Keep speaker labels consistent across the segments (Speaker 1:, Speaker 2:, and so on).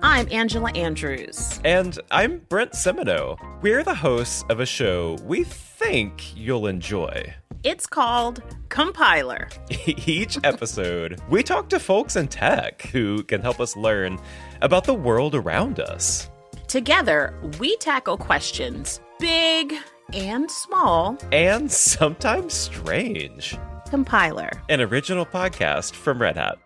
Speaker 1: I'm Angela Andrews.
Speaker 2: And I'm Brent Semino. We're the hosts of a show we think you'll enjoy.
Speaker 1: It's called Compiler.
Speaker 2: Each episode, we talk to folks in tech who can help us learn about the world around us.
Speaker 1: Together, we tackle questions big and small.
Speaker 2: And sometimes strange.
Speaker 1: Compiler.
Speaker 2: An original podcast from Red Hat.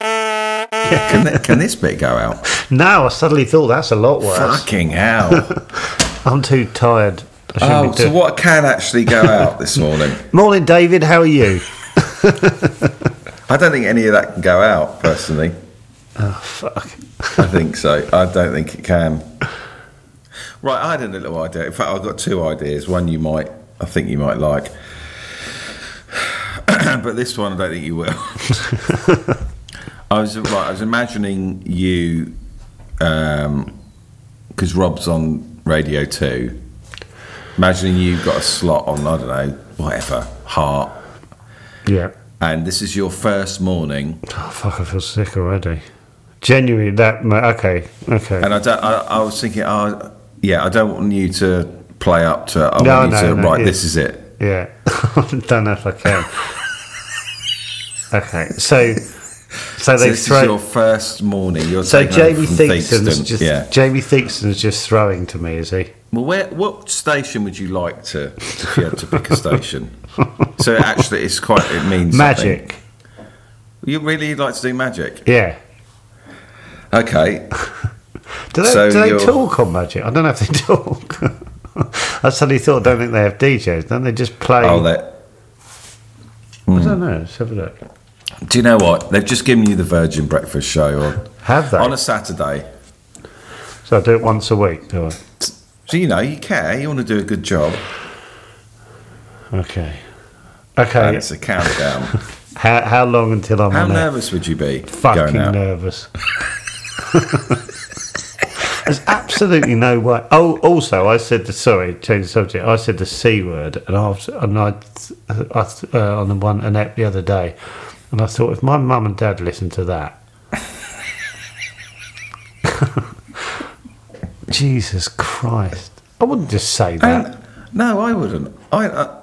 Speaker 3: can, th- can this bit go out?
Speaker 4: Now I suddenly thought that's a lot worse.
Speaker 3: Fucking hell.
Speaker 4: I'm too tired. I shouldn't
Speaker 3: oh,
Speaker 4: be
Speaker 3: so
Speaker 4: doing-
Speaker 3: what can actually go out this morning?
Speaker 4: Morning, David. How are you?
Speaker 3: I don't think any of that can go out, personally.
Speaker 4: Fuck.
Speaker 3: I think so. I don't think it can. Right, I had a little idea. In fact, I've got two ideas. One you might, I think you might like. but this one, I don't think you will. I was right, I was imagining you, because Rob's on Radio Two. Imagining you got a slot on I don't know whatever Heart,
Speaker 4: Yeah.
Speaker 3: and this is your first morning.
Speaker 4: Oh, fuck. I feel sick already. Genuinely, that. mu okay. Okay.
Speaker 3: And I don't. I, I was thinking, oh, yeah, I don't want you to play up to. I
Speaker 4: No,
Speaker 3: want you
Speaker 4: no,
Speaker 3: to
Speaker 4: no,
Speaker 3: right.
Speaker 4: yeah.
Speaker 3: This is it.
Speaker 4: yeah. don't know if I can. okay. So, so
Speaker 3: So
Speaker 4: they
Speaker 3: this
Speaker 4: throw.
Speaker 3: is your first morning. You're
Speaker 4: so
Speaker 3: taking over
Speaker 4: Jamie
Speaker 3: from
Speaker 4: Theakston's
Speaker 3: Theakston.
Speaker 4: just
Speaker 3: yeah.
Speaker 4: Jamie Theakston's just throwing to me, is he?
Speaker 3: Well, where, what station would you like to if you had to pick a station? so actually, it's quite. It means something.
Speaker 4: Magic.
Speaker 3: You really like to do magic?
Speaker 4: Yeah.
Speaker 3: Okay.
Speaker 4: Do they,
Speaker 3: So
Speaker 4: do they
Speaker 3: you're-
Speaker 4: talk on Magic? I don't know if they talk. I suddenly thought, I don't think they have DJs. Don't they just play?
Speaker 3: I'll let.
Speaker 4: I don't know. Let's have a look.
Speaker 3: Do you know what? They've just given you the Virgin Breakfast Show on
Speaker 4: Have they?
Speaker 3: on a Saturday.
Speaker 4: So I do it once a week. Do I?
Speaker 3: So you know you care. You want to do a good job,
Speaker 4: Okay.
Speaker 3: and
Speaker 4: Okay.
Speaker 3: it's a countdown.
Speaker 4: How, how long until I'm
Speaker 3: How
Speaker 4: on air?
Speaker 3: nervous would you be
Speaker 4: Fucking
Speaker 3: going out?
Speaker 4: nervous. There's absolutely no way. Oh, also, I said the sorry, change the subject. I said the c word, and I was, and I, I uh, on the one Annette the other day, and I thought if my mum and dad listened to that, Jesus Christ, I wouldn't just say that.
Speaker 3: And- no, I wouldn't. I I,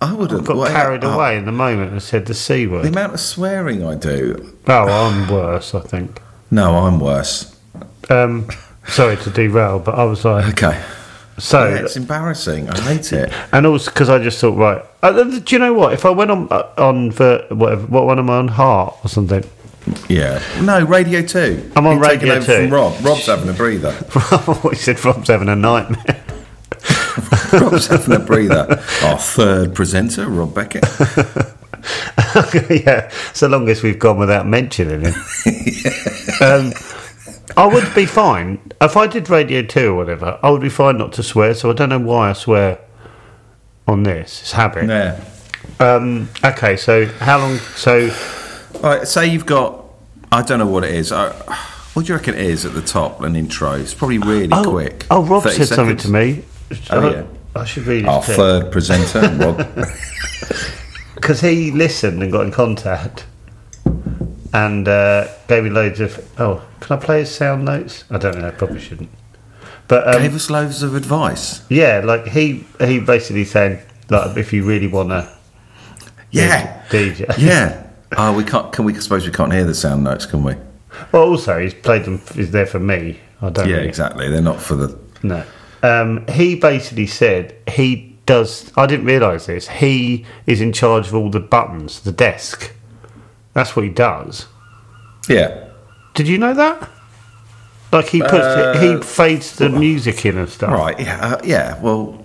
Speaker 3: I wouldn't.
Speaker 4: I got
Speaker 3: Well, uh,
Speaker 4: carried
Speaker 3: I-
Speaker 4: away in the moment and said the c
Speaker 3: The
Speaker 4: word.
Speaker 3: amount of swearing I do.
Speaker 4: Oh, I'm worse, I think.
Speaker 3: No, I'm worse.
Speaker 4: Um, sorry to derail, but I was like,
Speaker 3: Okay.
Speaker 4: so,
Speaker 3: Yeah, Uh, it's embarrassing. I hate it.
Speaker 4: and also because I just thought, right, uh, th- do you know what? If I went on uh, on for whatever, what one am I on? Heart or something?
Speaker 3: Yeah. No, Radio 2.
Speaker 4: I'm on
Speaker 3: You've taken
Speaker 4: Radio
Speaker 3: over from
Speaker 4: 2.
Speaker 3: Rob. Rob's having a breather.
Speaker 4: he said Rob's having a nightmare.
Speaker 3: Rob's having a breather. Our third presenter, Rob Beckett.
Speaker 4: yeah, so long as we've gone without mentioning him. um, I would be fine if I did Radio Two or whatever. I would be fine not to swear. So I don't know why I swear on this. It's habit.
Speaker 3: Yeah.
Speaker 4: Um, okay, so how long? So
Speaker 3: All right, say you've got, I don't know what it is. I, what do you reckon it is at the top, an intro? It's probably really
Speaker 4: oh,
Speaker 3: quick.
Speaker 4: Oh, Rob
Speaker 3: 30
Speaker 4: said something
Speaker 3: seconds.
Speaker 4: to me.
Speaker 3: Oh,
Speaker 4: I-
Speaker 3: yeah.
Speaker 4: I should read
Speaker 3: Our
Speaker 4: it.
Speaker 3: third presenter, Rob.
Speaker 4: because he listened and got in contact and uh, gave me loads of. Oh, can I play his sound notes? I don't know. I probably shouldn't. But um,
Speaker 3: Gave us loads of advice.
Speaker 4: yeah, like he he basically said like if you really want to
Speaker 3: Yeah.
Speaker 4: DJ.
Speaker 3: Yeah. Oh, we can't. Can we? Suppose we can't hear the sound notes, can we?
Speaker 4: Well, also he's played them. Is there for me? I don't.
Speaker 3: Yeah,
Speaker 4: really-
Speaker 3: exactly. They're not for the.
Speaker 4: No. Um, he basically said he does. I didn't realise this. He is in charge of all the buttons, the desk. That's what he does.
Speaker 3: Yeah.
Speaker 4: Did you know that? Like he puts, he fades the music in and stuff.
Speaker 3: All Uh, right. Yeah. Uh, yeah. Well,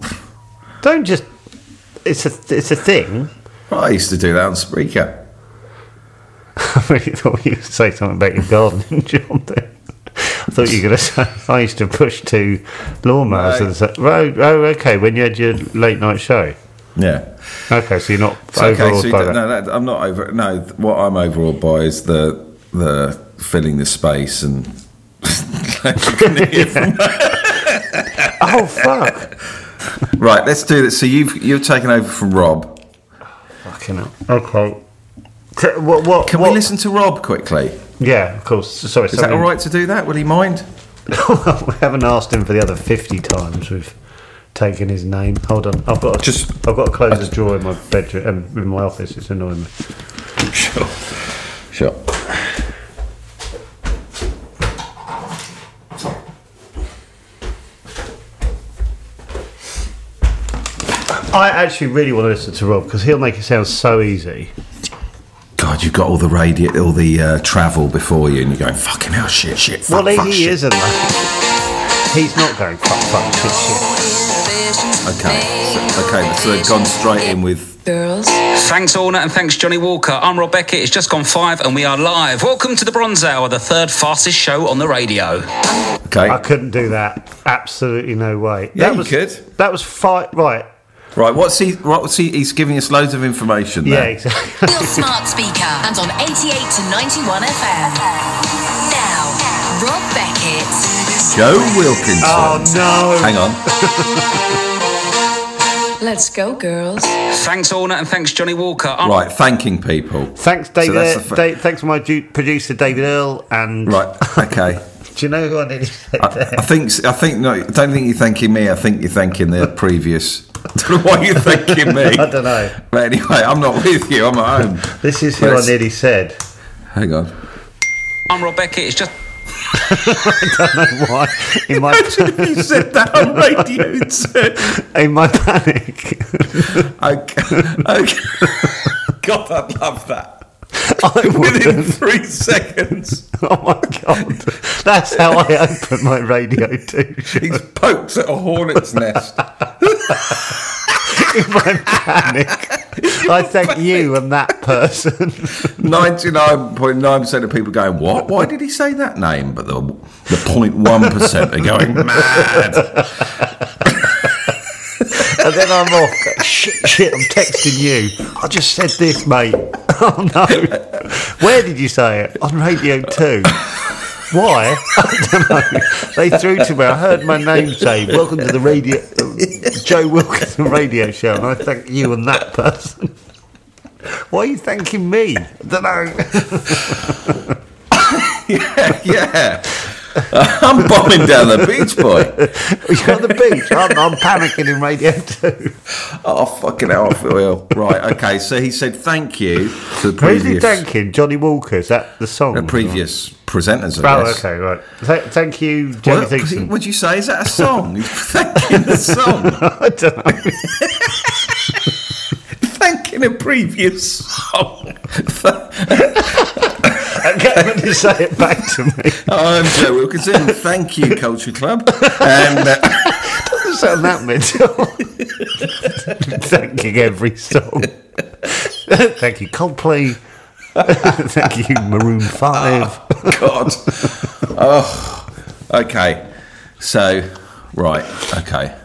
Speaker 4: Don't just. It's a it's a thing.
Speaker 3: I used to do that on Spreaker.
Speaker 4: I really thought you were going to say something about your gardening, John. Then. I thought you were going to say I used to push two lawnmowers.
Speaker 3: No.
Speaker 4: And say, oh, oh, okay. When you had your late night show.
Speaker 3: Yeah.
Speaker 4: Okay, so you're not
Speaker 3: okay.
Speaker 4: overawed
Speaker 3: So you
Speaker 4: by
Speaker 3: don't-
Speaker 4: that.
Speaker 3: no, that, I'm not over. No, th- what I'm overawed by is the the filling the space and.
Speaker 4: Oh fuck!
Speaker 3: right. Let's do this. So you've you've taken over from Rob.
Speaker 4: Fucking hell. Okay. So, what? What?
Speaker 3: Can
Speaker 4: what-
Speaker 3: we listen to Rob quickly? Is
Speaker 4: Yeah, of course. Sorry,
Speaker 3: that all right to do that? Will he mind?
Speaker 4: we haven't asked him for the other fifty times we've taken his name. Hold on, I've got to,
Speaker 3: Just-
Speaker 4: I've got to close the drawer in my bedroom, um, in my office. It's annoying me.
Speaker 3: Sure. Sure.
Speaker 4: I actually really want to listen to Rob because he'll make it sound so easy.
Speaker 3: God, you've got all the radio, all the uh, travel before you, and you're going fucking hell, shit, shit. Fuck,
Speaker 4: well,
Speaker 3: fuck,
Speaker 4: he
Speaker 3: shit.
Speaker 4: isn't. though. He's not going fuck, fuck, shit, shit.
Speaker 3: Okay, so, okay, so they've gone straight in with.
Speaker 5: Girls.
Speaker 6: Thanks, Orna, and thanks, Johnny Walker. I'm Rob Beckett. It's just gone five, and we are live. Welcome to the Bronze Hour, the third fastest show on the radio.
Speaker 3: Okay,
Speaker 4: I couldn't do that. Absolutely no way.
Speaker 3: Yeah,
Speaker 4: that
Speaker 3: you
Speaker 4: was,
Speaker 3: could.
Speaker 4: That was five. Right.
Speaker 3: right. What's he? What's he? He's giving us loads of information.
Speaker 4: Yeah,
Speaker 3: There.
Speaker 4: exactly.
Speaker 7: Your smart speaker and on 88 to 91 FM. Now, Rob Beckett.
Speaker 3: Joe Wilkinson.
Speaker 4: Oh no.
Speaker 3: Hang on.
Speaker 5: Let's go, girls.
Speaker 6: Thanks, Orna, and thanks, Johnny Walker. I'm
Speaker 3: Right, thanking people.
Speaker 4: Thanks, David.
Speaker 3: that's the fir-
Speaker 4: Dave, thanks to my du- producer, David Earl. And
Speaker 3: Right. Okay.
Speaker 4: do you know who I nearly said
Speaker 3: I,
Speaker 4: there?
Speaker 3: I think. I think. No, I don't think you're thanking me. I think you're thanking the previous. don't know why you're thanking me.
Speaker 4: I don't know.
Speaker 3: But anyway, I'm not with you. I'm at home.
Speaker 4: This is who
Speaker 3: Let's-
Speaker 4: I nearly said.
Speaker 3: Hang on.
Speaker 6: I'm Rob Beckett. It's just
Speaker 4: Why? In my
Speaker 3: you said that on radio too.
Speaker 4: in my panic,
Speaker 3: Okay. okay. God, I'd love that.
Speaker 4: I
Speaker 3: Within
Speaker 4: wouldn't.
Speaker 3: three seconds,
Speaker 4: Oh my god! That's how I open my radio too.
Speaker 3: he's poked at a hornet's nest.
Speaker 4: In my panic, I thank you and that person.
Speaker 3: 99.9% of people going, What? Why did he say that name? But the, the 0.1% are going mad.
Speaker 4: And then I'm off. Shit, shit, I'm texting you. I just said this, mate. Oh no. Where did you say it? On Radio 2. Why? I don't know. They threw to me. I heard my name say, Welcome to the radio, Joe Wilkinson radio show. And I thank you and that person. Why are you thanking me? I don't know.
Speaker 3: yeah. I'm bombing down the beach, boy.
Speaker 4: You're at the beach. I'm, I'm panicking in Radio 2.
Speaker 3: Oh, fucking hell, I feel ill. Right, okay. So he said thank you to the
Speaker 4: Who's he
Speaker 3: previous,
Speaker 4: thanking? Johnny Walker. Is that the song?
Speaker 3: the previous presenters, I
Speaker 4: Oh,
Speaker 3: guess.
Speaker 4: okay, right. Th- thank you, Johnny
Speaker 3: What,
Speaker 4: Thigpen.
Speaker 3: would you say? Is that a song? He's thanking the song.
Speaker 4: I don't know.
Speaker 3: thanking a previous song.
Speaker 4: Okay, when you say it back to me,
Speaker 3: Oh, I'm Joe Wilkinson. Thank you, Culture Club. And uh,
Speaker 4: doesn't sound that mental. Thanking every song. Thank you, Coldplay. Thank you, Maroon Five.
Speaker 3: God. Oh, okay. So, right. Okay.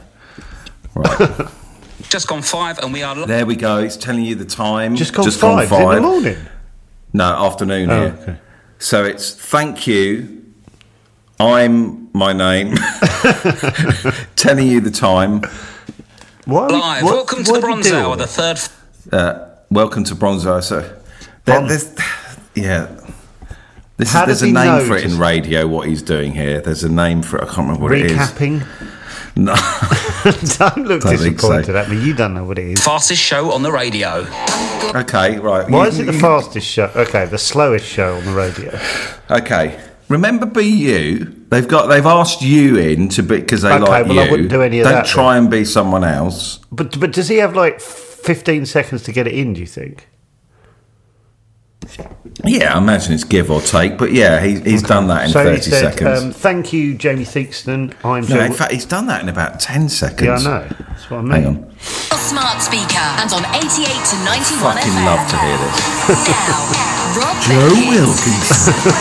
Speaker 3: Right.
Speaker 6: just gone five, and we are live.
Speaker 3: There we go. It's telling you the time.
Speaker 4: Just called five, in the morning.
Speaker 3: No, afternoon here.
Speaker 4: Oh, okay.
Speaker 3: So it's thank you. I'm my name. telling you the time.
Speaker 4: Why? are we-
Speaker 6: Live.
Speaker 4: what-
Speaker 6: Welcome to
Speaker 4: why
Speaker 6: the
Speaker 4: do we
Speaker 6: Bronze
Speaker 4: do
Speaker 6: Hour,
Speaker 4: all
Speaker 6: the
Speaker 4: this?
Speaker 6: third.
Speaker 3: Uh, welcome to Bronze Hour. So, there, there's, yeah, This
Speaker 4: How
Speaker 3: is, there's
Speaker 4: does
Speaker 3: a
Speaker 4: he
Speaker 3: name
Speaker 4: know
Speaker 3: for it in
Speaker 4: just-
Speaker 3: radio. What he's doing here. There's a name for it. I can't remember what it
Speaker 4: Recapping.
Speaker 3: is. No,
Speaker 4: Don't look
Speaker 3: Don't think so.
Speaker 4: disappointed at me. You don't know what it is.
Speaker 6: Fastest show on the radio.
Speaker 3: okay, right.
Speaker 4: Why
Speaker 3: you-
Speaker 4: is it the
Speaker 3: you-
Speaker 4: fastest show? Okay, the slowest show on the radio.
Speaker 3: Okay. Remember, be you. They've got. They've asked you in to be because they
Speaker 4: Okay,
Speaker 3: like
Speaker 4: well,
Speaker 3: you.
Speaker 4: I wouldn't do any of
Speaker 3: Don't
Speaker 4: that,
Speaker 3: try and be someone else.
Speaker 4: But but does he have like 15 seconds to get it in? Do you think?
Speaker 3: Yeah, I imagine it's give or take, but yeah, he, he's done that in
Speaker 4: so he
Speaker 3: thirty
Speaker 4: said,
Speaker 3: seconds.
Speaker 4: Um, "Thank you, Jamie Theakston. I'm
Speaker 3: no,
Speaker 4: Jill-
Speaker 3: in fact, he's done that in about ten seconds.
Speaker 4: yeah, I know. That's what I mean.
Speaker 3: Hang on.
Speaker 7: Your smart speaker and on 88 to 91
Speaker 3: Fucking
Speaker 7: FM.
Speaker 3: love to hear this.
Speaker 7: Now, Rob
Speaker 3: Joe
Speaker 7: Beckett.
Speaker 3: Wilkinson.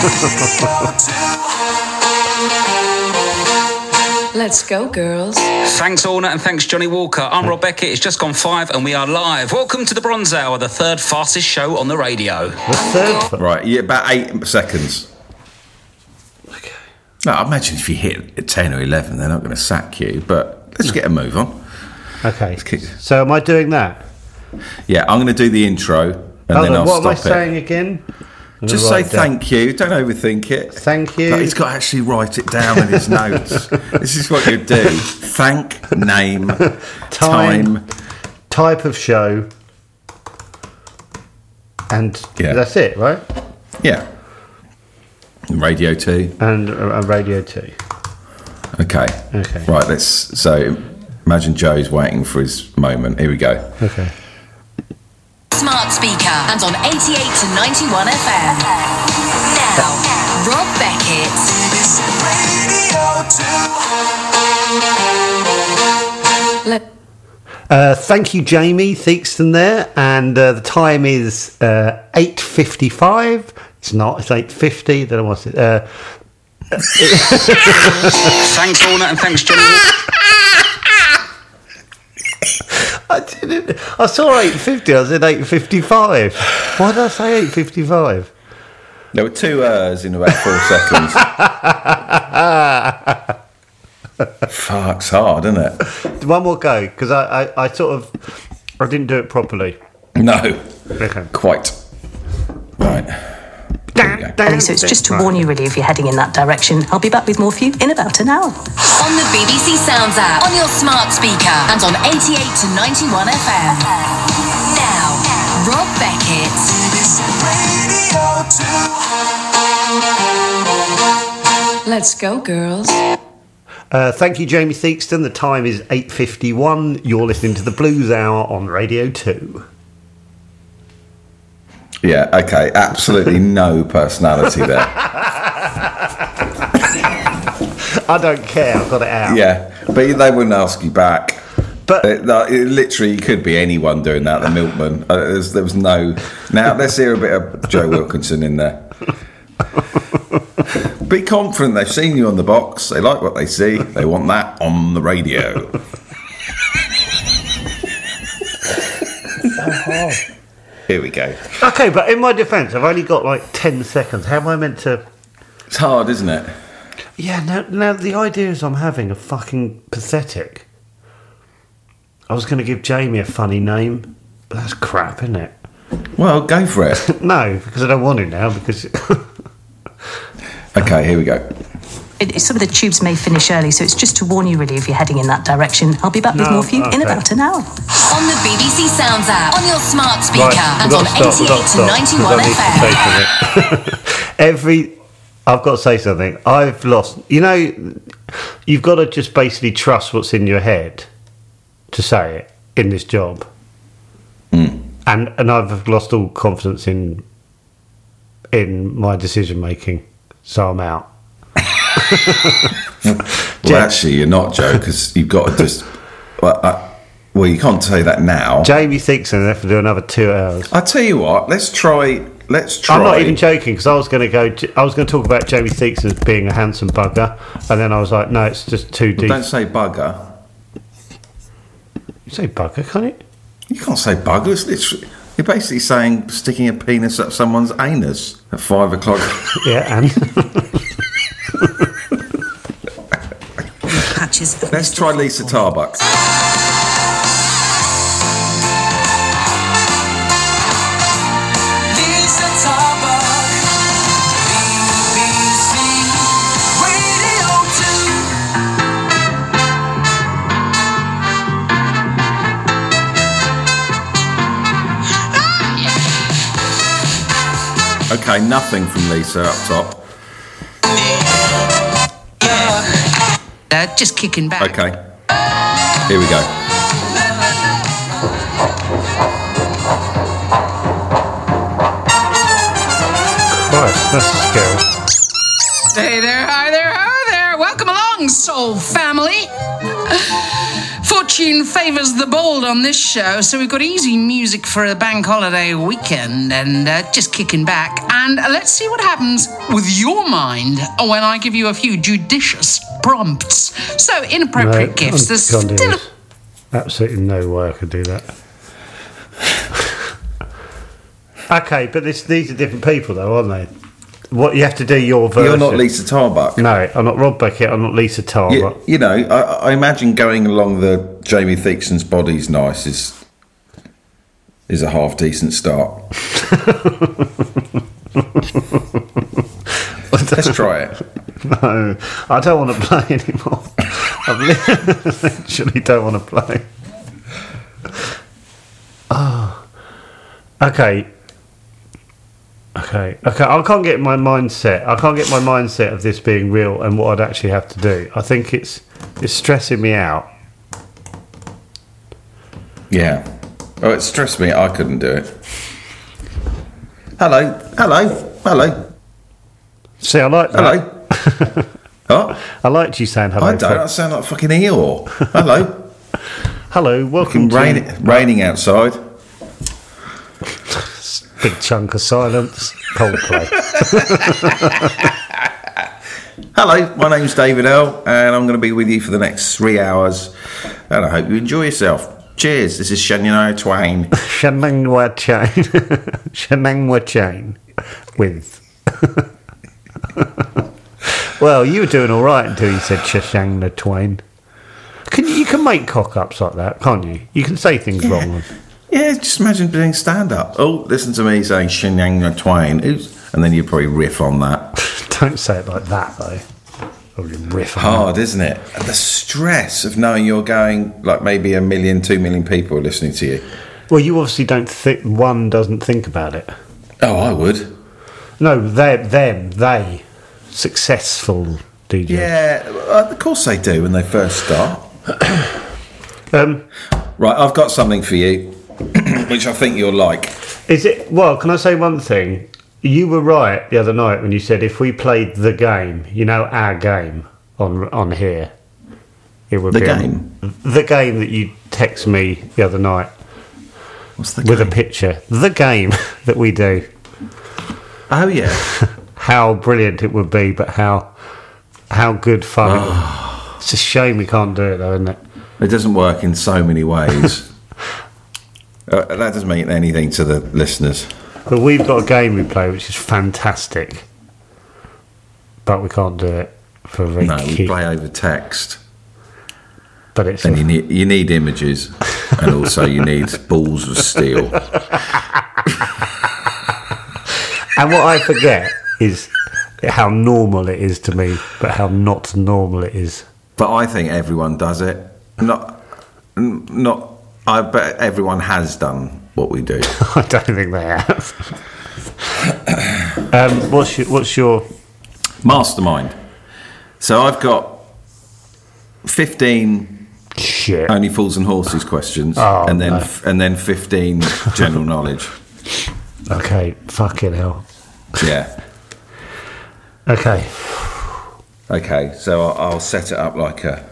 Speaker 5: Let's go, girls.
Speaker 6: Thanks, Orna, and thanks, Johnny Walker. I'm Rob Beckett. It's just gone five, and we are live. Welcome to the Bronze Hour, the third fastest show on the radio.
Speaker 4: The third. one.
Speaker 3: right, yeah, about eight seconds. No, I imagine if you hit ten or eleven, they're not going to sack you. But let's get a move on.
Speaker 4: Okay.
Speaker 3: kick-
Speaker 4: So am I doing that?
Speaker 3: Yeah, I'm going to do the intro, and
Speaker 4: Hold
Speaker 3: then
Speaker 4: on.
Speaker 3: I'll
Speaker 4: What am I
Speaker 3: stop it.
Speaker 4: saying again? I'm
Speaker 3: Just say
Speaker 4: gonna write it down.
Speaker 3: thank you. Don't overthink it.
Speaker 4: Thank you.
Speaker 3: Like, he's got to actually write it down in his notes. This is what you do. Thank, name, time.
Speaker 4: Time. Type of show. And
Speaker 3: Yeah.
Speaker 4: that's it, right?
Speaker 3: Yeah. Radio 2.
Speaker 4: And uh, uh, Radio Two.
Speaker 3: Okay.
Speaker 4: Okay.
Speaker 3: Right, let's. So imagine Joe's waiting for his moment. Here we go.
Speaker 4: Okay.
Speaker 7: Smart speaker and on 88 to 91 FM. Now, Rob Beckett.
Speaker 5: Let
Speaker 4: Uh, thank you, Jamie Theakston there, and uh, the time is uh, eight fifty-five. It's not. It's eight fifty. Then I was. Uh,
Speaker 6: Thanks, Orna, and thanks, Johnny Walker.
Speaker 4: I didn't. I saw eight fifty. I said eight fifty-five. Why did I say eight fifty-five?
Speaker 3: There were two errs in about four seconds. Fuck's hard, isn't it?
Speaker 4: One more go because I, I, I sort of I didn't do it properly.
Speaker 3: No,
Speaker 4: Okay.
Speaker 3: quite. Right. There we go.
Speaker 8: And so it's just to warn you, really, if you're heading in that direction. I'll be back with more for you in about an hour.
Speaker 7: On the BBC Sounds app, on your smart speaker, and on 88 to 91 FM. Now, Rob Beckett.
Speaker 5: Let's go, girls.
Speaker 4: Uh, thank you, Jamie Theakston. The time is eight fifty-one. You're listening to the Blues Hour on Radio Two.
Speaker 3: Yeah, okay. Absolutely no personality there.
Speaker 4: I don't care. I've got it out.
Speaker 3: Yeah, but they wouldn't ask you back.
Speaker 4: But
Speaker 3: It, like, Uh, it literally could be anyone doing that, the milkman. Uh, there's, there was no. Now, let's hear a bit of Joe Wilkinson in there. Be confident they've seen you on the box. They like what they see. They want that on the radio. Here we go.
Speaker 4: Okay, but in my defence, I've only got like ten seconds. How am I meant to?
Speaker 3: It's hard, isn't it?
Speaker 4: Yeah, now, now the ideas I'm having are fucking pathetic. I was going to give Jamie a funny name, but that's crap, isn't it?
Speaker 3: Well, go for it.
Speaker 4: No, because I don't want to now. Because
Speaker 3: Okay, here we go.
Speaker 8: It, it- some of the tubes may finish early, so it's just to warn you, really, if you're heading in that direction. I'll be back with
Speaker 4: No,
Speaker 8: more for you in
Speaker 4: okay.
Speaker 8: about an hour.
Speaker 7: On the BBC Sounds app, on your smart speaker,
Speaker 4: Right,
Speaker 7: and
Speaker 4: we've
Speaker 7: on
Speaker 4: got to
Speaker 7: 88
Speaker 4: stop,
Speaker 7: to
Speaker 4: we've got to stop,
Speaker 7: 91
Speaker 4: because
Speaker 7: FM.
Speaker 4: I need to say something. Every, I've got to say something. I've lost. You know, you've got to just basically trust what's in your head to say it in this job. And and I've lost all confidence in in my decision making, so I'm out.
Speaker 3: Well, actually, you're not, Joe, because you've got to just. Well, I, well, you can't say that now.
Speaker 4: Jamie thinks I'm gonna have to do another two hours.
Speaker 3: I tell you what. Let's try. Let's try.
Speaker 4: I'm not even joking because I was going to go. I was going to talk about Jamie Theaks as being a handsome bugger, and then I was like, no, it's just too deep.
Speaker 3: Don't say bugger.
Speaker 4: You say bugger, can't it?
Speaker 3: You can't say bugger. It's literally. You're basically saying sticking a penis up someone's anus at five o'clock.
Speaker 4: Yeah, and
Speaker 5: Patches.
Speaker 3: let's try Lisa Tarbuck.
Speaker 7: Lisa Tarbuck.
Speaker 3: Okay, nothing from Lisa up top.
Speaker 9: Uh, just kicking back.
Speaker 3: Okay. Here we go.
Speaker 4: Christ, that's scary.
Speaker 9: Hey there, hi there, ho there. Welcome along, soul family. Fortune favors the bold on this show, so we've got easy music for a bank holiday weekend and uh, just kicking back. And uh, let's see what happens with your mind when I give you a few judicious prompts. So, inappropriate
Speaker 4: No,
Speaker 9: gifts.
Speaker 4: I
Speaker 9: There's
Speaker 4: can't do
Speaker 9: still.
Speaker 4: this. Absolutely no way I could do that. okay, but this, these are different people, though, aren't they? What you have to do your version.
Speaker 3: You're not Lisa Tarbuck.
Speaker 4: No, I'm not Rob Beckett. I'm not Lisa Tarr.
Speaker 3: You, you know, I, I imagine going along the Jamie Thixon's body's nice is is a half decent start. Let's try it.
Speaker 4: No, I don't want to play anymore. I li- literally don't want to play. Oh, Ah, okay. Okay, okay. I can't get my mindset. I can't get my mindset of this being real and what I'd actually have to do. I think it's it's stressing me out.
Speaker 3: Yeah. Oh, it stressed me. I couldn't do it. Hello, hello, hello,
Speaker 4: See, I
Speaker 3: Uh,
Speaker 4: like that.
Speaker 3: hello. oh,
Speaker 4: I liked you saying hello.
Speaker 3: I don't. I
Speaker 4: Fred.
Speaker 3: sound like fucking Eeyore. Hello.
Speaker 4: Hello, welcome
Speaker 3: Fucking
Speaker 4: to
Speaker 3: rain, raining outside.
Speaker 4: big chunk of silence. Coldplay.
Speaker 3: Hello, my name's David L, and I'm going to be with you for the next three hours, and I hope you enjoy yourself. Cheers. This is Shania Twain.
Speaker 4: Shenangwa Chain. Shenangwa Chain. With. well, you were doing all right until you said Shashangna Twain. Can, you can make cock ups like that, can't you? You can say things wrong.
Speaker 3: Yeah, just imagine doing stand up. Oh, listen to me saying Shania Twain, Oops. and then you probably riff on that.
Speaker 4: Don't say it like that, though. Or you riff on
Speaker 3: Hard, isn't it? And the stress of knowing you're going like maybe a million, two million people are listening to you.
Speaker 4: it. Well, you obviously don't think. One doesn't think about it.
Speaker 3: Oh, I would.
Speaker 4: No, they, them, they. Successful DJ.
Speaker 3: Yeah, uh, of course they do when they first start.
Speaker 4: Um,
Speaker 3: Right, I've got something for you, which I think you'll like.
Speaker 4: Is it well? Can I say one thing? You were right the other night when you said if we played the game, you know, our game on on here, it would
Speaker 3: The
Speaker 4: be
Speaker 3: game?
Speaker 4: the game that you text me the other night
Speaker 3: What's the
Speaker 4: with a picture, the game that we do.
Speaker 3: Oh yeah,
Speaker 4: How brilliant it would be, but how how good fun! it would.
Speaker 3: Ah.
Speaker 4: It's a shame we can't do it though, isn't it?
Speaker 3: it doesn't work in so many ways. uh, that doesn't mean anything to the listeners.
Speaker 4: But we've got a game we play which is fantastic, but we can't do it for a very
Speaker 3: No, we
Speaker 4: key-
Speaker 3: play over text.
Speaker 4: But it's
Speaker 3: And you need you need images, and also you need balls of steel.
Speaker 4: And what I forget is how normal it is to me, but how not normal it is.
Speaker 3: But I think everyone does it. Not, n- not. I bet everyone has done what we do.
Speaker 4: I don't think they have. um, what's your, what's your?
Speaker 3: Mastermind. So I've got fifteen
Speaker 4: Shit.
Speaker 3: only fools and horses questions,
Speaker 4: Oh,
Speaker 3: and then
Speaker 4: no.
Speaker 3: f- and then fifteen general knowledge.
Speaker 4: Okay, fucking hell.
Speaker 3: Yeah.
Speaker 4: Okay,
Speaker 3: Okay, so I'll, I'll set it up like a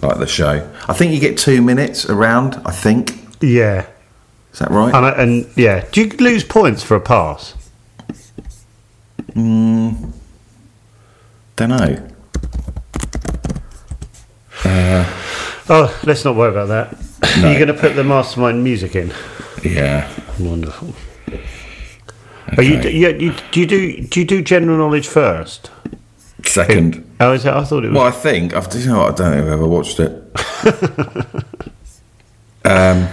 Speaker 3: like the show. I think you get two minutes around. I think
Speaker 4: yeah,
Speaker 3: is that right?
Speaker 4: and, I- and yeah. Do you lose points for a pass?
Speaker 3: don't know.
Speaker 4: Oh, let's not worry about that. You're going to put the mastermind music in.
Speaker 3: Yeah.
Speaker 4: Wonderful. Are you,
Speaker 3: Okay.
Speaker 4: you, you, do you do do you do general knowledge first?
Speaker 3: Second.
Speaker 4: Oh, is it? I thought it was.
Speaker 3: Well, I think I've. You know, what, I don't think I've ever watched it. Um,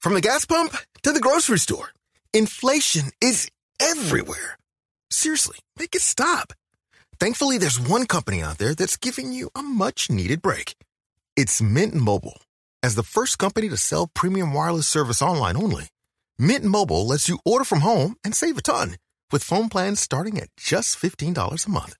Speaker 10: From the gas pump to the grocery store, inflation is everywhere. Seriously, make it stop. Thankfully, there's one company out there that's giving you a much needed break. It's Mint Mobile. As the first company to sell premium wireless service online only, Mint Mobile lets you order from home and save a ton with phone plans starting at just $15 a month.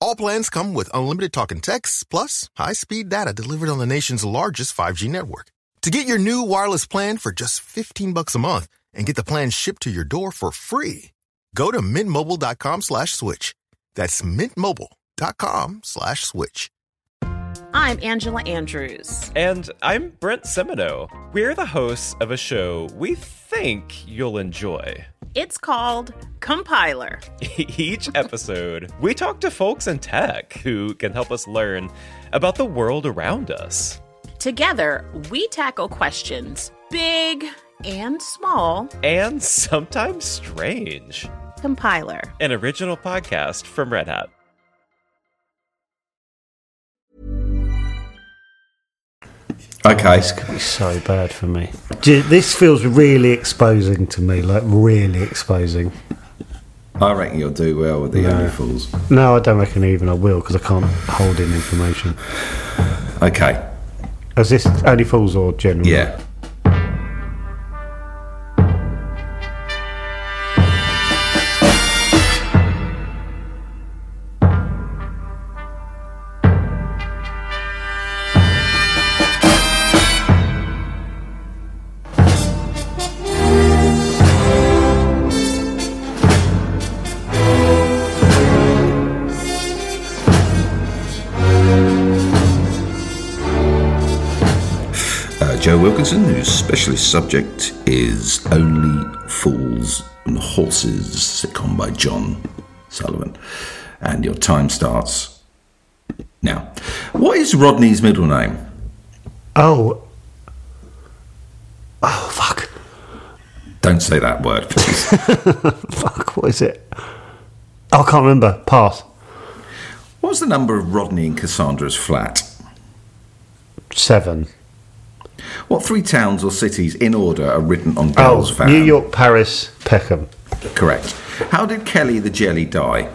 Speaker 10: All plans come with unlimited talk and text, plus high-speed data delivered on the nation's largest 5G network. To get your new wireless plan for just 15 bucks a month and get the plan shipped to your door for free, go to mintmobile.com slash switch. That's mintmobile.com slash switch.
Speaker 1: I'm Angela Andrews.
Speaker 2: And I'm Brent Semino. We're the hosts of a show we think you'll enjoy.
Speaker 1: It's called Compiler.
Speaker 2: Each episode, we talk to folks in tech who can help us learn about the world around us.
Speaker 1: Together, we tackle questions big and small.
Speaker 2: And sometimes strange.
Speaker 1: Compiler.
Speaker 2: An original podcast from Red Hat.
Speaker 3: Okay.
Speaker 4: It's gonna be so bad for me. Ju- This feels really exposing to me, like really exposing.
Speaker 3: I reckon you'll do well with the
Speaker 4: No.
Speaker 3: Only Fools.
Speaker 4: No, I don't reckon even I will because I can't hold in information.
Speaker 3: Okay.
Speaker 4: Is this only fools or general?
Speaker 3: Yeah. Uh, Joe Wilkinson, whose specialist subject is Only Fools and Horses, sitcom by John Sullivan. And your time starts now. What is Rodney's middle name?
Speaker 4: Oh,
Speaker 3: Don't say that word, please.
Speaker 4: fuck! What is it? Oh, I can't remember. Pass.
Speaker 3: What's the number of Rodney and Cassandra's flat?
Speaker 4: Seven.
Speaker 3: What three towns or cities in order are written on Bell's
Speaker 4: Oh,
Speaker 3: van?
Speaker 4: New York, Paris, Peckham.
Speaker 3: Correct. How did Kelly the Jelly die?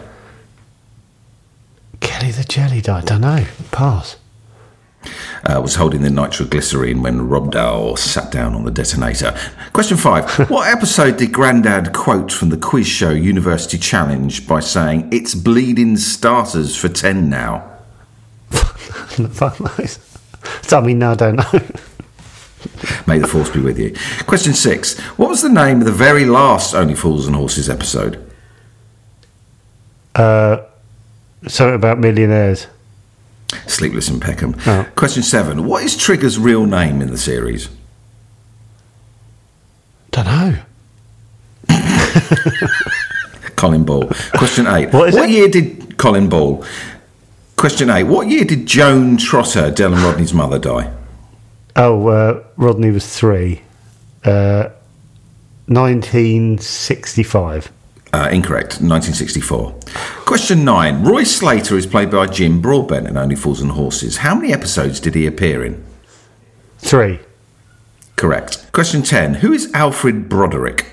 Speaker 4: Kelly the Jelly died. Don't know. Pass.
Speaker 3: uh, was holding the nitroglycerine when Rob Dahl sat down on the detonator. Question five What episode did Grandad quote from the quiz show University Challenge by saying, It's bleeding starters for 10 now?
Speaker 4: Fuck knows. I mean, no, I don't know.
Speaker 3: May the force be with you. Question six What was the name of the very last Only Fools and Horses episode?
Speaker 4: Uh, something about millionaires.
Speaker 3: Sleepless in Peckham.
Speaker 4: Oh.
Speaker 3: Question seven What is Trigger's real name in the series?
Speaker 4: Don't know.
Speaker 3: Colin Ball. Question eight. what year did Colin Ball? Question eight. What year did Joan Trotter, Dylan Rodney's mother, die?
Speaker 4: Oh, uh, Rodney was three. Uh, 1965.
Speaker 3: Uh, incorrect. 1964. Question nine. Roy Slater is played by Jim Broadbent in Only Fools and Horses. How many episodes did he appear in?
Speaker 4: Three.
Speaker 3: Correct. Question ten. Who is Alfred Broderick?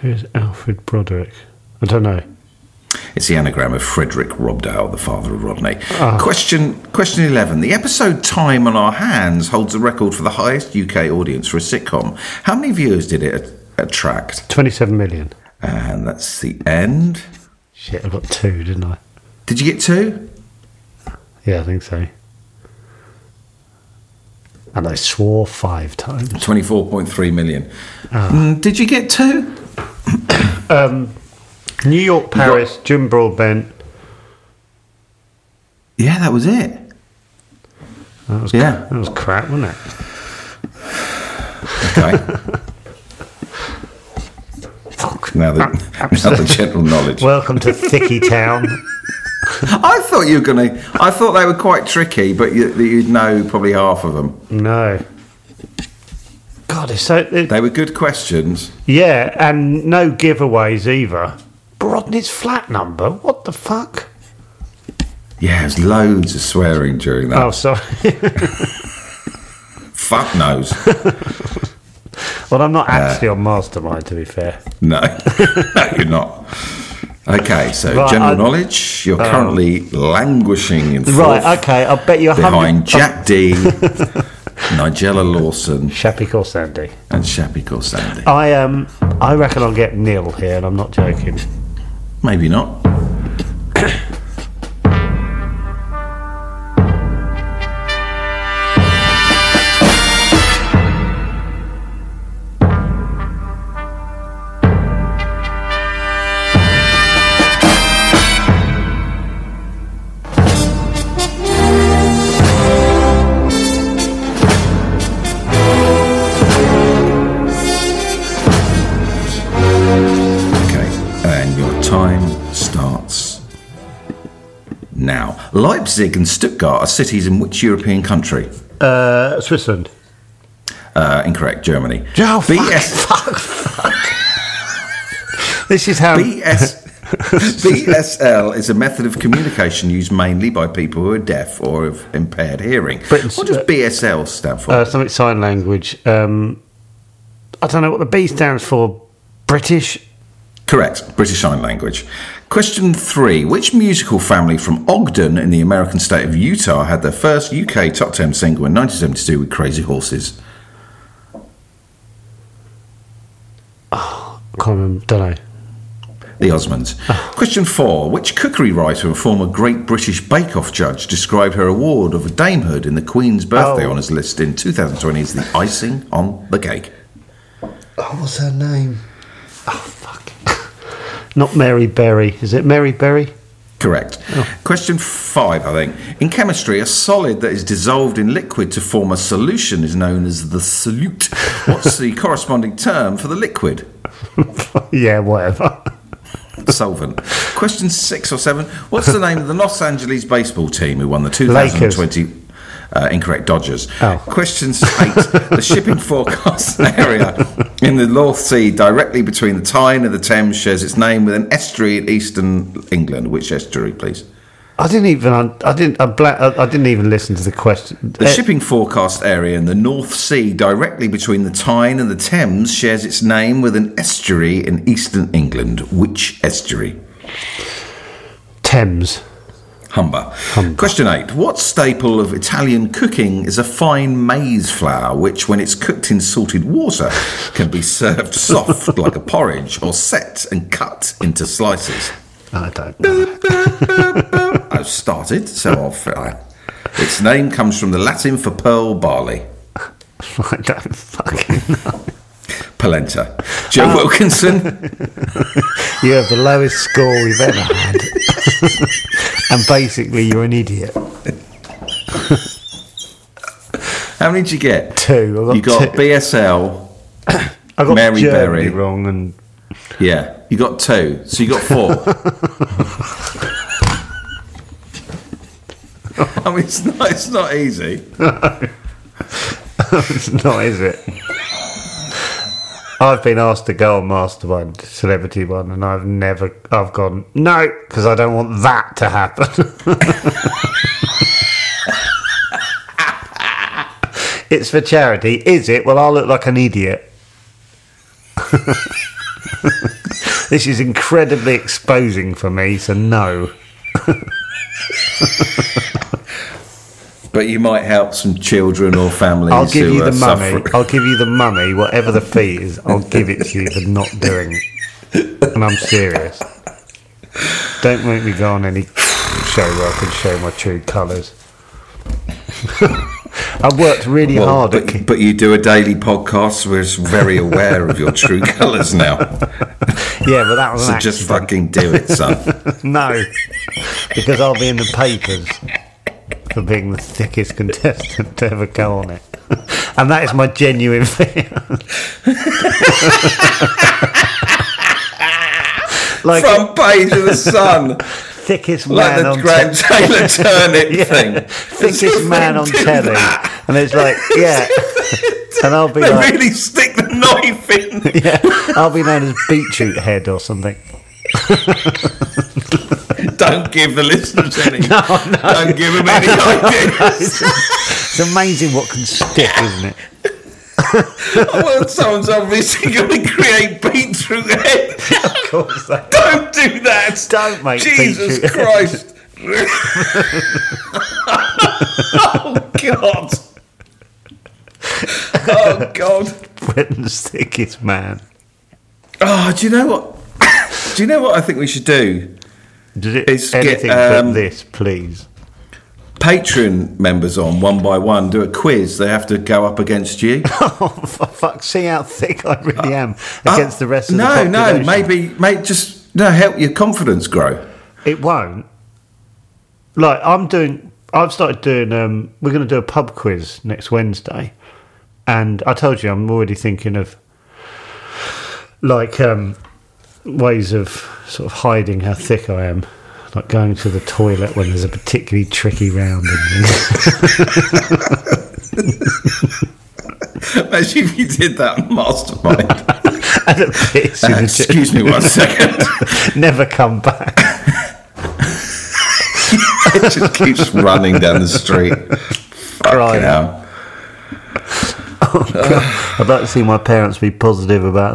Speaker 4: Who's Alfred Broderick? I don't know.
Speaker 3: It's the anagram of Frederick Robdale, the father of Rodney. Question Question eleven. The episode "Time on Our Hands" holds the record for the highest UK audience for a sitcom. How many viewers did it at- attract?
Speaker 4: 27 million.
Speaker 3: And that's the end.
Speaker 4: Shit, I got two, didn't I?
Speaker 3: Did you get two?
Speaker 4: Yeah, I think so. And I swore five times.
Speaker 3: Twenty-four point three million. Mm, did you get two?
Speaker 4: Um, New York, Paris, Jim Broadbent.
Speaker 3: Yeah, that was it.
Speaker 4: That was
Speaker 3: yeah.
Speaker 4: that was crap, wasn't it?
Speaker 3: Okay. Now the, now the general knowledge.
Speaker 4: Welcome to Thicky Town.
Speaker 3: I thought you were gonna. I thought they were quite tricky, but you, that you'd know probably half of them.
Speaker 4: No. God, it's so.
Speaker 3: they were good questions.
Speaker 4: Yeah, and no giveaways either. Brodney's flat number. What the fuck?
Speaker 3: Yeah, there's loads of swearing during that.
Speaker 4: Oh, sorry.
Speaker 3: Fuck knows.
Speaker 4: well, I'm not actually on Mastermind, to be fair.
Speaker 3: no, no, you're not. Okay, so
Speaker 4: Right,
Speaker 3: general
Speaker 4: I-
Speaker 3: knowledge. You're
Speaker 4: Oh.
Speaker 3: currently languishing in fourth
Speaker 4: Right, okay. I'll bet you a hundred.
Speaker 3: behind Jack D. Nigella Lawson,
Speaker 4: Shappy Sandy,
Speaker 3: and Shappy Sandy.
Speaker 4: I um, I reckon I'll get nil here, and I'm not joking.
Speaker 3: Maybe not. Okay, and your time starts now. Leipzig and Stuttgart are cities in which European country?
Speaker 4: Uh, Switzerland.
Speaker 3: Uh, incorrect, Germany.
Speaker 4: Oh,
Speaker 3: BS.
Speaker 4: This is how
Speaker 3: BS. BSL is a method of communication used mainly by people who are deaf or of impaired hearing. what does BSL stand for?
Speaker 4: uh, something sign language. Um, I don't know what the B stands for. British.
Speaker 3: Correct, British Sign Language. Question three Which musical family from Ogden in the American state of Utah had their first UK top 10 single in 1972 with Crazy Horses?
Speaker 4: Can't remember. Don't know.
Speaker 3: The Osmonds.
Speaker 4: Ah.
Speaker 3: Question four Which cookery writer and former Great British Bake Off judge described her award of a damehood in the Queen's Birthday
Speaker 4: Oh.
Speaker 3: Honours list in 2020 as the icing on the cake?
Speaker 4: Oh, what's her name? Oh fuck. not Mary Berry. Is it Mary Berry?
Speaker 3: Correct. Question five, I think. In chemistry, a solid that is dissolved in liquid to form a solution is known as the solute. What's the corresponding term for the liquid?
Speaker 4: yeah, whatever.
Speaker 3: Solvent. Question six or seven. What's the name of the Los Angeles baseball team who won the 2020? Uh, incorrect Dodgers. Question eight. the shipping forecast area in the North Sea, directly between the Tyne and the Thames, shares its name with an estuary in eastern England. Which estuary, please?
Speaker 4: I didn't even. I didn't. I, bla- I, I didn't even listen to the question. uh,
Speaker 3: The shipping forecast area in the North Sea, directly between the Tyne and the Thames, shares its name with an estuary in eastern England. Which estuary?
Speaker 4: Thames.
Speaker 3: Humber. Question eight. What staple of Italian cooking is a fine maize flour, which, when it's cooked in salted water, can be served soft like a porridge or set and cut into slices?
Speaker 4: I don't know.
Speaker 3: I've started, so I'll fill Its name comes from the Latin for pearl barley.
Speaker 4: I don't fucking know.
Speaker 3: Polenta. Joe Wilkinson.
Speaker 4: You have the lowest score we've ever had, and basically you're an idiot.
Speaker 3: How many did you get?
Speaker 4: Two. I got
Speaker 3: you got
Speaker 4: two.
Speaker 3: BSL.
Speaker 4: I got
Speaker 3: Mary
Speaker 4: Germany
Speaker 3: Berry.
Speaker 4: wrong, and
Speaker 3: Yeah, you got two, so you got four. I mean, it's not, it's not easy.
Speaker 4: it's not, is it? I've been asked to go on Master One, Celebrity One, and I've never. I've gone no because I don't want that to happen. it's for charity, is it? Well, I'll look like an idiot. this is incredibly exposing for me, so no.
Speaker 3: But you might help some children or families.
Speaker 4: I'll give
Speaker 3: who
Speaker 4: you
Speaker 3: are
Speaker 4: the money.
Speaker 3: suffering.
Speaker 4: I'll give you the money, whatever the fee is. I'll give it to you for not doing it. And I'm serious. Don't make me go on any show where I can show my true colours. I've worked really
Speaker 3: Well,
Speaker 4: hard at
Speaker 3: but, but you do a daily podcast, so we're very aware of your true colours now.
Speaker 4: Yeah, but that was
Speaker 3: so
Speaker 4: an
Speaker 3: just fucking do it, son.
Speaker 4: no, because I'll be in the papers for being the thickest contestant to ever go on it. And that is my genuine fear. like
Speaker 3: Front page of the Sun,
Speaker 4: thickest
Speaker 3: like
Speaker 4: man
Speaker 3: the
Speaker 4: on
Speaker 3: Graham
Speaker 4: te-
Speaker 3: Taylor Turnip
Speaker 4: Yeah.
Speaker 3: thing.
Speaker 4: thickest man on telly. And it's like, yeah. And I'll be
Speaker 3: They
Speaker 4: like,
Speaker 3: really stick the knife in.
Speaker 4: yeah, I'll be known as beetroot head or something.
Speaker 3: Don't give the listeners any. Don't give them any ideas.
Speaker 4: It's amazing what can stick, isn't it?
Speaker 3: well, someone's obviously going to create beetroot head.
Speaker 4: Of course, they
Speaker 3: Don't do that.
Speaker 4: don't make
Speaker 3: Jesus
Speaker 4: beetroot.
Speaker 3: Christ. oh, God. oh God!
Speaker 4: Britain's thickest man.
Speaker 3: Oh, do you know what? do you know what I think we should do?
Speaker 4: Does it
Speaker 3: is
Speaker 4: anything but
Speaker 3: um,
Speaker 4: this, please?
Speaker 3: Patron members on one by one do a quiz. They have to go up against you.
Speaker 4: For fuck, see how thick I really am against the rest of the
Speaker 3: Uh, no, no,
Speaker 4: population.
Speaker 3: maybe, mate, just no help your confidence grow.
Speaker 4: It won't. Like I'm doing. I've started doing. Um, we're going to do a pub quiz next Wednesday, and I told you I'm already thinking of like um, ways of sort of hiding how thick I am. Like going to the toilet when there's a particularly tricky round. In
Speaker 3: Imagine if you did that on Mastermind.
Speaker 4: in
Speaker 3: Uh,
Speaker 4: the-
Speaker 3: excuse me one second.
Speaker 4: Never come back.
Speaker 3: it just keeps running down the street. Fucking hell.
Speaker 4: Oh, God. I'd like to see my parents be positive about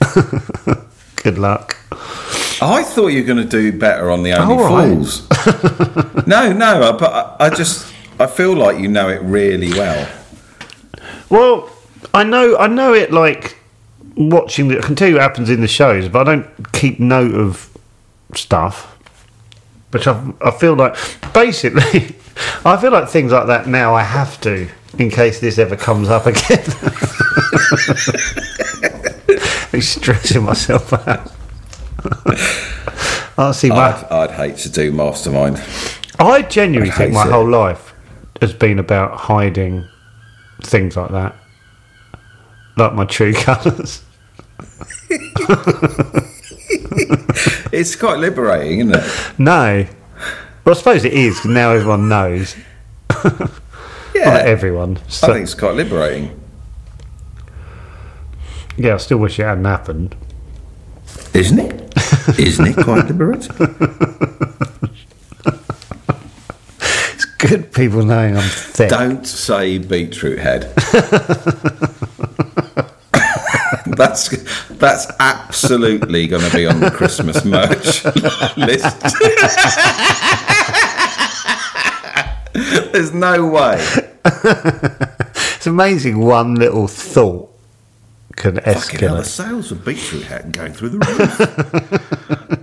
Speaker 4: that. Good luck.
Speaker 3: I thought you were going to do better on the Only
Speaker 4: Oh, all right.
Speaker 3: Fools. no, no, I- but I, I just I feel like you know it really well.
Speaker 4: Well, I know, I know it. Like watching, the, I can tell you what happens in the shows, but I don't keep note of stuff. Which I, I feel like, basically, I feel like things like that now. I have to, in case this ever comes up again. I'm stressing myself out. I see my
Speaker 3: I'd, I'd hate to do Mastermind.
Speaker 4: I genuinely
Speaker 3: I
Speaker 4: think
Speaker 3: hate
Speaker 4: my
Speaker 3: it.
Speaker 4: whole life has been about hiding things like that, like my true colours.
Speaker 3: It's quite liberating, isn't it?
Speaker 4: No, well, I suppose it is. 'cause Now everyone knows.
Speaker 3: Yeah.
Speaker 4: Not everyone. So,
Speaker 3: I think it's quite liberating.
Speaker 4: yeah, I still wish it hadn't happened.
Speaker 3: Isn't it? Isn't it quite liberating?
Speaker 4: It's good people knowing I'm thick.
Speaker 3: Don't say beetroot head. that's that's absolutely going to be on the Christmas merch list. There's no way.
Speaker 4: It's amazing. One little thought can
Speaker 3: Fucking hell, the
Speaker 4: escalate.
Speaker 3: sales of beetroot head going through the roof.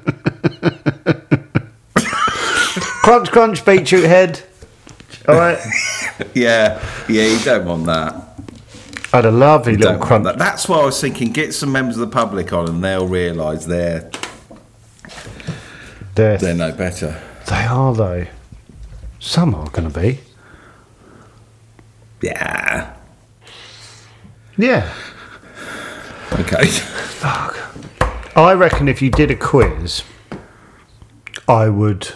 Speaker 4: Crunch, crunch, beetroot head. All right.
Speaker 3: yeah, yeah, you don't want that.
Speaker 4: I had a lovely
Speaker 3: You
Speaker 4: little
Speaker 3: don't want
Speaker 4: crunch.
Speaker 3: that. That's why I was thinking, get some members of the public on, and they'll realise they're
Speaker 4: There.
Speaker 3: they're no better.
Speaker 4: They are though. Some are going to be.
Speaker 3: Yeah.
Speaker 4: Yeah.
Speaker 3: Okay.
Speaker 4: I reckon if you did a quiz, I would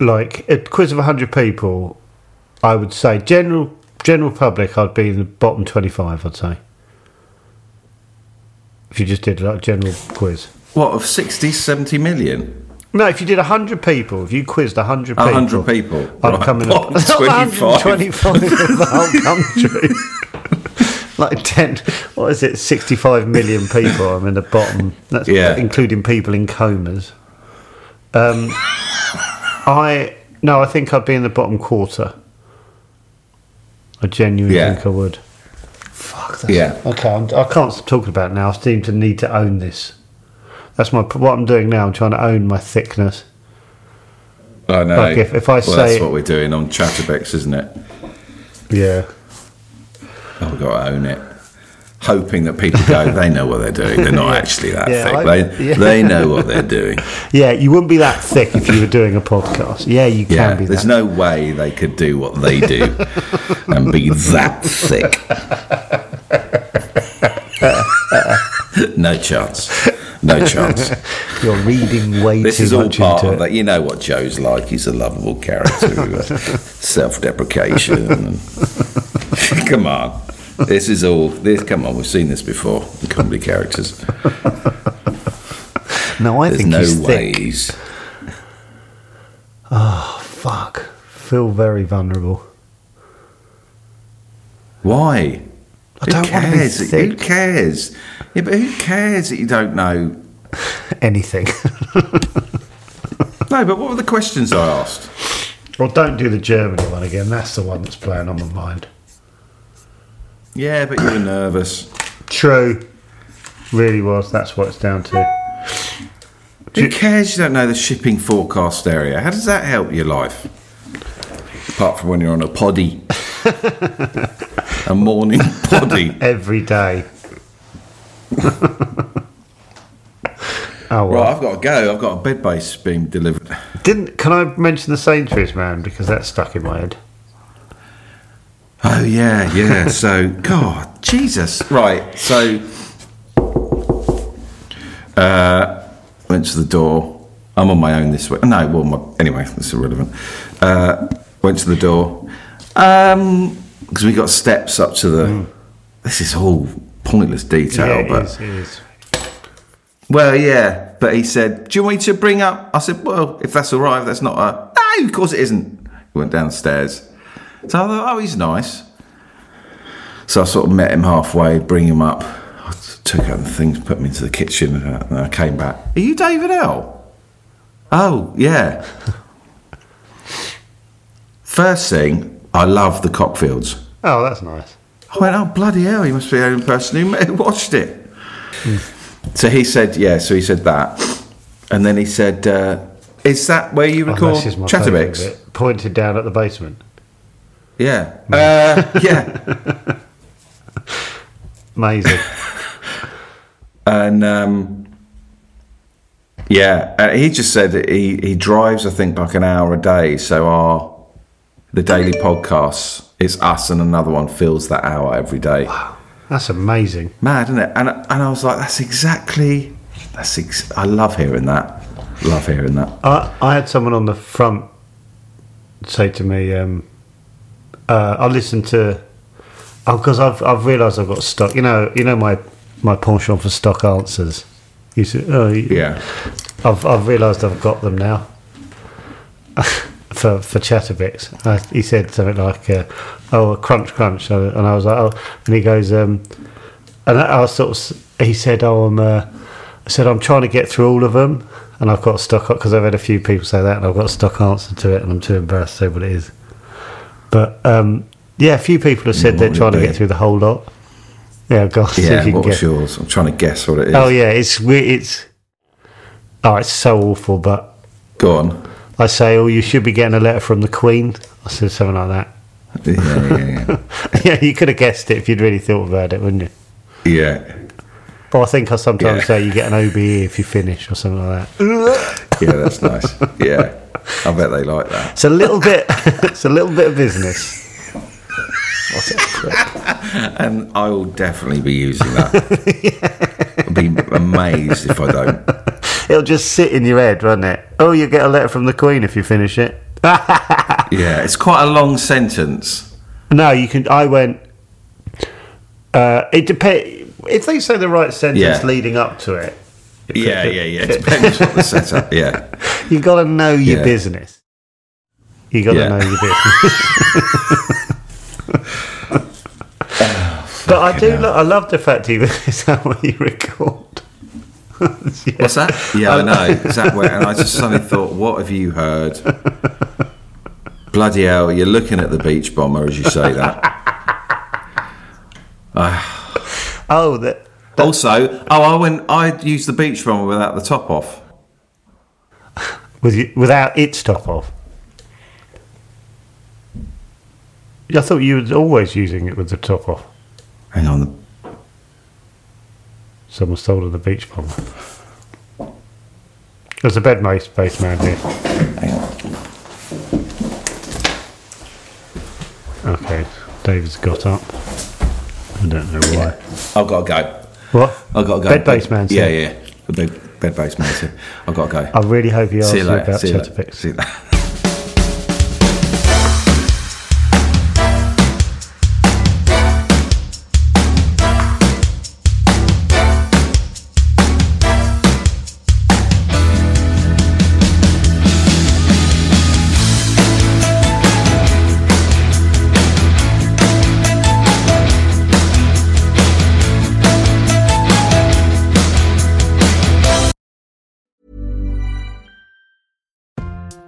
Speaker 4: like a quiz of hundred people. I would say general general public. I'd be in the bottom twenty five. I'd say if you just did like a general quiz.
Speaker 3: What of 60, 70 million?
Speaker 4: No, if you did hundred people, if you quizzed hundred people,
Speaker 3: 100 people.
Speaker 4: I'd
Speaker 3: Right,
Speaker 4: come in
Speaker 3: bottom 25.
Speaker 4: 25 of the whole country. like 10, what is it, 65 million people. I'm in the bottom. That's
Speaker 3: Yeah.
Speaker 4: including people in comas. Um, I, no, I think I'd be in the bottom quarter. I genuinely
Speaker 3: Yeah.
Speaker 4: think I would. Fuck that.
Speaker 3: Yeah.
Speaker 4: Okay, I'm, I can't stop talking about it now. I seem to need to own this. That's my what I'm doing now. I'm trying to own my thickness.
Speaker 3: I know.
Speaker 4: Like, if- if I
Speaker 3: Oh, well,
Speaker 4: say-
Speaker 3: that's what we're doing on Chatterbex, isn't it?
Speaker 4: Yeah.
Speaker 3: Oh, we've got to own it. Hoping that people go, they know what they're doing. They're not actually that
Speaker 4: Yeah,
Speaker 3: thick.
Speaker 4: I-
Speaker 3: they,
Speaker 4: yeah.
Speaker 3: they know what they're doing.
Speaker 4: Yeah, you wouldn't be that thick if you were doing a podcast. Yeah, you can
Speaker 3: Yeah,
Speaker 4: be
Speaker 3: there's
Speaker 4: that.
Speaker 3: no way they could do what they do and be that thick. no chance. No chance.
Speaker 4: You're reading way
Speaker 3: This
Speaker 4: too
Speaker 3: is all
Speaker 4: much
Speaker 3: part
Speaker 4: into
Speaker 3: of that. You know what Joe's like. He's a lovable character. Self deprecation. come on. This is all. This, come on, we've seen this before in comedy characters.
Speaker 4: it. No, I
Speaker 3: There's
Speaker 4: think
Speaker 3: no
Speaker 4: he's thick.
Speaker 3: ways.
Speaker 4: Fuck. Feel very vulnerable.
Speaker 3: Why?
Speaker 4: I don't
Speaker 3: who
Speaker 4: want to be
Speaker 3: cares? Who
Speaker 4: thick.
Speaker 3: cares? Yeah, but who cares that you don't know?
Speaker 4: Anything.
Speaker 3: No, but what were the questions I asked?
Speaker 4: Well, don't do the Germany one again. That's the one that's playing on my mind.
Speaker 3: Yeah, but you were nervous.
Speaker 4: True. Really was. That's what it's down to.
Speaker 3: Who cares you don't know the shipping forecast area? How does that help your life? Apart from when you're on a poddy. a morning poddy.
Speaker 4: Every day. Oh, well.
Speaker 3: Right, I've got to go. I've got a bed base being delivered.
Speaker 4: Didn't can I mention the Sainsbury's man because that's stuck in my head.
Speaker 3: Oh yeah, yeah. so God, Jesus. Right. So uh, went to the door. I'm on my own this week. No, well, my, anyway, that's irrelevant. Uh, went to the door because we got steps up to the. This is all pointless detail,
Speaker 4: Hmm. Yeah, it
Speaker 3: but
Speaker 4: is, it is.
Speaker 3: well, yeah. But he said, "Do you want me to bring up?" I said, "Well, if that's all right, if that's not a no, of course it isn't." He went downstairs, so I thought, "Oh, he's nice." So I sort of met him halfway, bring him up. I took out the things, put him into the kitchen, and I- and I came back. Are you David L? Oh, yeah. First thing, I love the Cockfields.
Speaker 4: Oh, that's nice.
Speaker 3: I went, oh, bloody hell, he must be the only person who ma- watched it.
Speaker 4: Hmm.
Speaker 3: so he said, yeah, so he said that. And then he said, uh, is that where you
Speaker 4: Oh,
Speaker 3: record
Speaker 4: this is my
Speaker 3: Chatterbox?
Speaker 4: favourite Hmm. bit. Pointed down at the basement.
Speaker 3: Yeah. Uh, yeah.
Speaker 4: Amazing.
Speaker 3: and um, yeah, uh, he just said that he, he drives, I think, like an hour a day. So our the daily podcasts, it's us and another one fills that hour every day.
Speaker 4: That's amazing.
Speaker 3: Mad, isn't it? And and I was like, that's exactly. That's ex- I love hearing that. Love hearing that.
Speaker 4: I, I had someone on the front say to me, um, uh, "I listened to," oh, because I've I've realised I've got stock. You know, you know my my penchant for stock answers. You said, "Oh, you-
Speaker 3: Yeah.
Speaker 4: I've I've realised I've got them now." for for Chatterbix, I, he said something like, uh, "Oh, crunch, crunch," and and I was like, "Oh," and he goes, um, and I I was sort of, s- he said, "Oh, I'm," uh, I said, "I'm trying to get through all of them." And I've got a stock because I've had a few people say that, and I've got a stock answer to it, and I'm too embarrassed to say what it is. But um, yeah, a few people have said
Speaker 3: Mm, What
Speaker 4: they're
Speaker 3: would it
Speaker 4: trying to
Speaker 3: be?
Speaker 4: get through the whole lot. Yeah, God, see
Speaker 3: Yeah,
Speaker 4: if you can
Speaker 3: what was
Speaker 4: get.
Speaker 3: yours? I'm trying to guess what it is.
Speaker 4: Oh yeah, it's we- it's. Oh, it's so awful, but
Speaker 3: Go on.
Speaker 4: I say, "Oh, you should be getting a letter from the Queen." I said something like that.
Speaker 3: Yeah, yeah, yeah.
Speaker 4: yeah, you could have guessed it if you'd really thought about it, wouldn't you?
Speaker 3: yeah.
Speaker 4: Or I think I sometimes
Speaker 3: Yeah.
Speaker 4: say you get an OBE if you finish or something like that.
Speaker 3: Yeah, that's nice. Yeah. I bet they like that.
Speaker 4: It's a little bit. it's a little bit of business. What a prick.
Speaker 3: And I will definitely be using that. I'd be amazed if I don't.
Speaker 4: It'll just sit in your head, won't it? Oh, you get a letter from the Queen if you finish it.
Speaker 3: Yeah, it's quite a long sentence.
Speaker 4: No, you can. I went. Uh, it depends if they say the right sentence
Speaker 3: Yeah.
Speaker 4: leading up to it.
Speaker 3: Yeah, yeah, yeah. It depends what the setup. Yeah.
Speaker 4: You got to know your
Speaker 3: Yeah.
Speaker 4: business. You got to
Speaker 3: Yeah.
Speaker 4: know your business. but I do. Lo- I love the fact even is that what you record. Yeah.
Speaker 3: What's that? Yeah, I know. Exactly. And I just suddenly thought, what have you heard? Bloody hell, you're looking at the beach bomber as you say that.
Speaker 4: Oh, that.
Speaker 3: Also, oh, I went, I used the beach bomber without the top off.
Speaker 4: With you, without its top off. I thought you were always using it with the top off.
Speaker 3: Hang on. the-
Speaker 4: Someone stole the beach bomber. There's a bed ma- space man here. Okay, David's got up. I don't know why.
Speaker 3: I've got to go.
Speaker 4: What?
Speaker 3: I've got to go.
Speaker 4: Bed base man
Speaker 3: Yeah,
Speaker 4: said.
Speaker 3: yeah. The bed, bed base man said, I've got to go.
Speaker 4: I really hope he asks
Speaker 3: See
Speaker 4: you
Speaker 3: you later.
Speaker 4: about
Speaker 3: See you later.
Speaker 4: Chatterpix.
Speaker 3: See you later.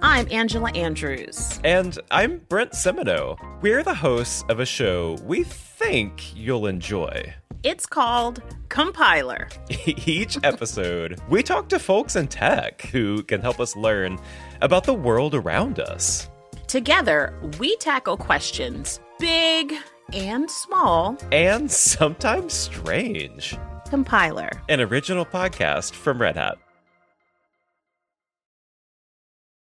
Speaker 1: I'm Angela Andrews.
Speaker 2: And I'm Brent Semino. We're the hosts of a show we think you'll enjoy.
Speaker 1: It's called Compiler.
Speaker 2: Each episode, we talk to folks in tech who can help us learn about the world around us.
Speaker 1: Together, we tackle questions big and small.
Speaker 2: And sometimes strange.
Speaker 1: Compiler.
Speaker 2: An original podcast from Red Hat.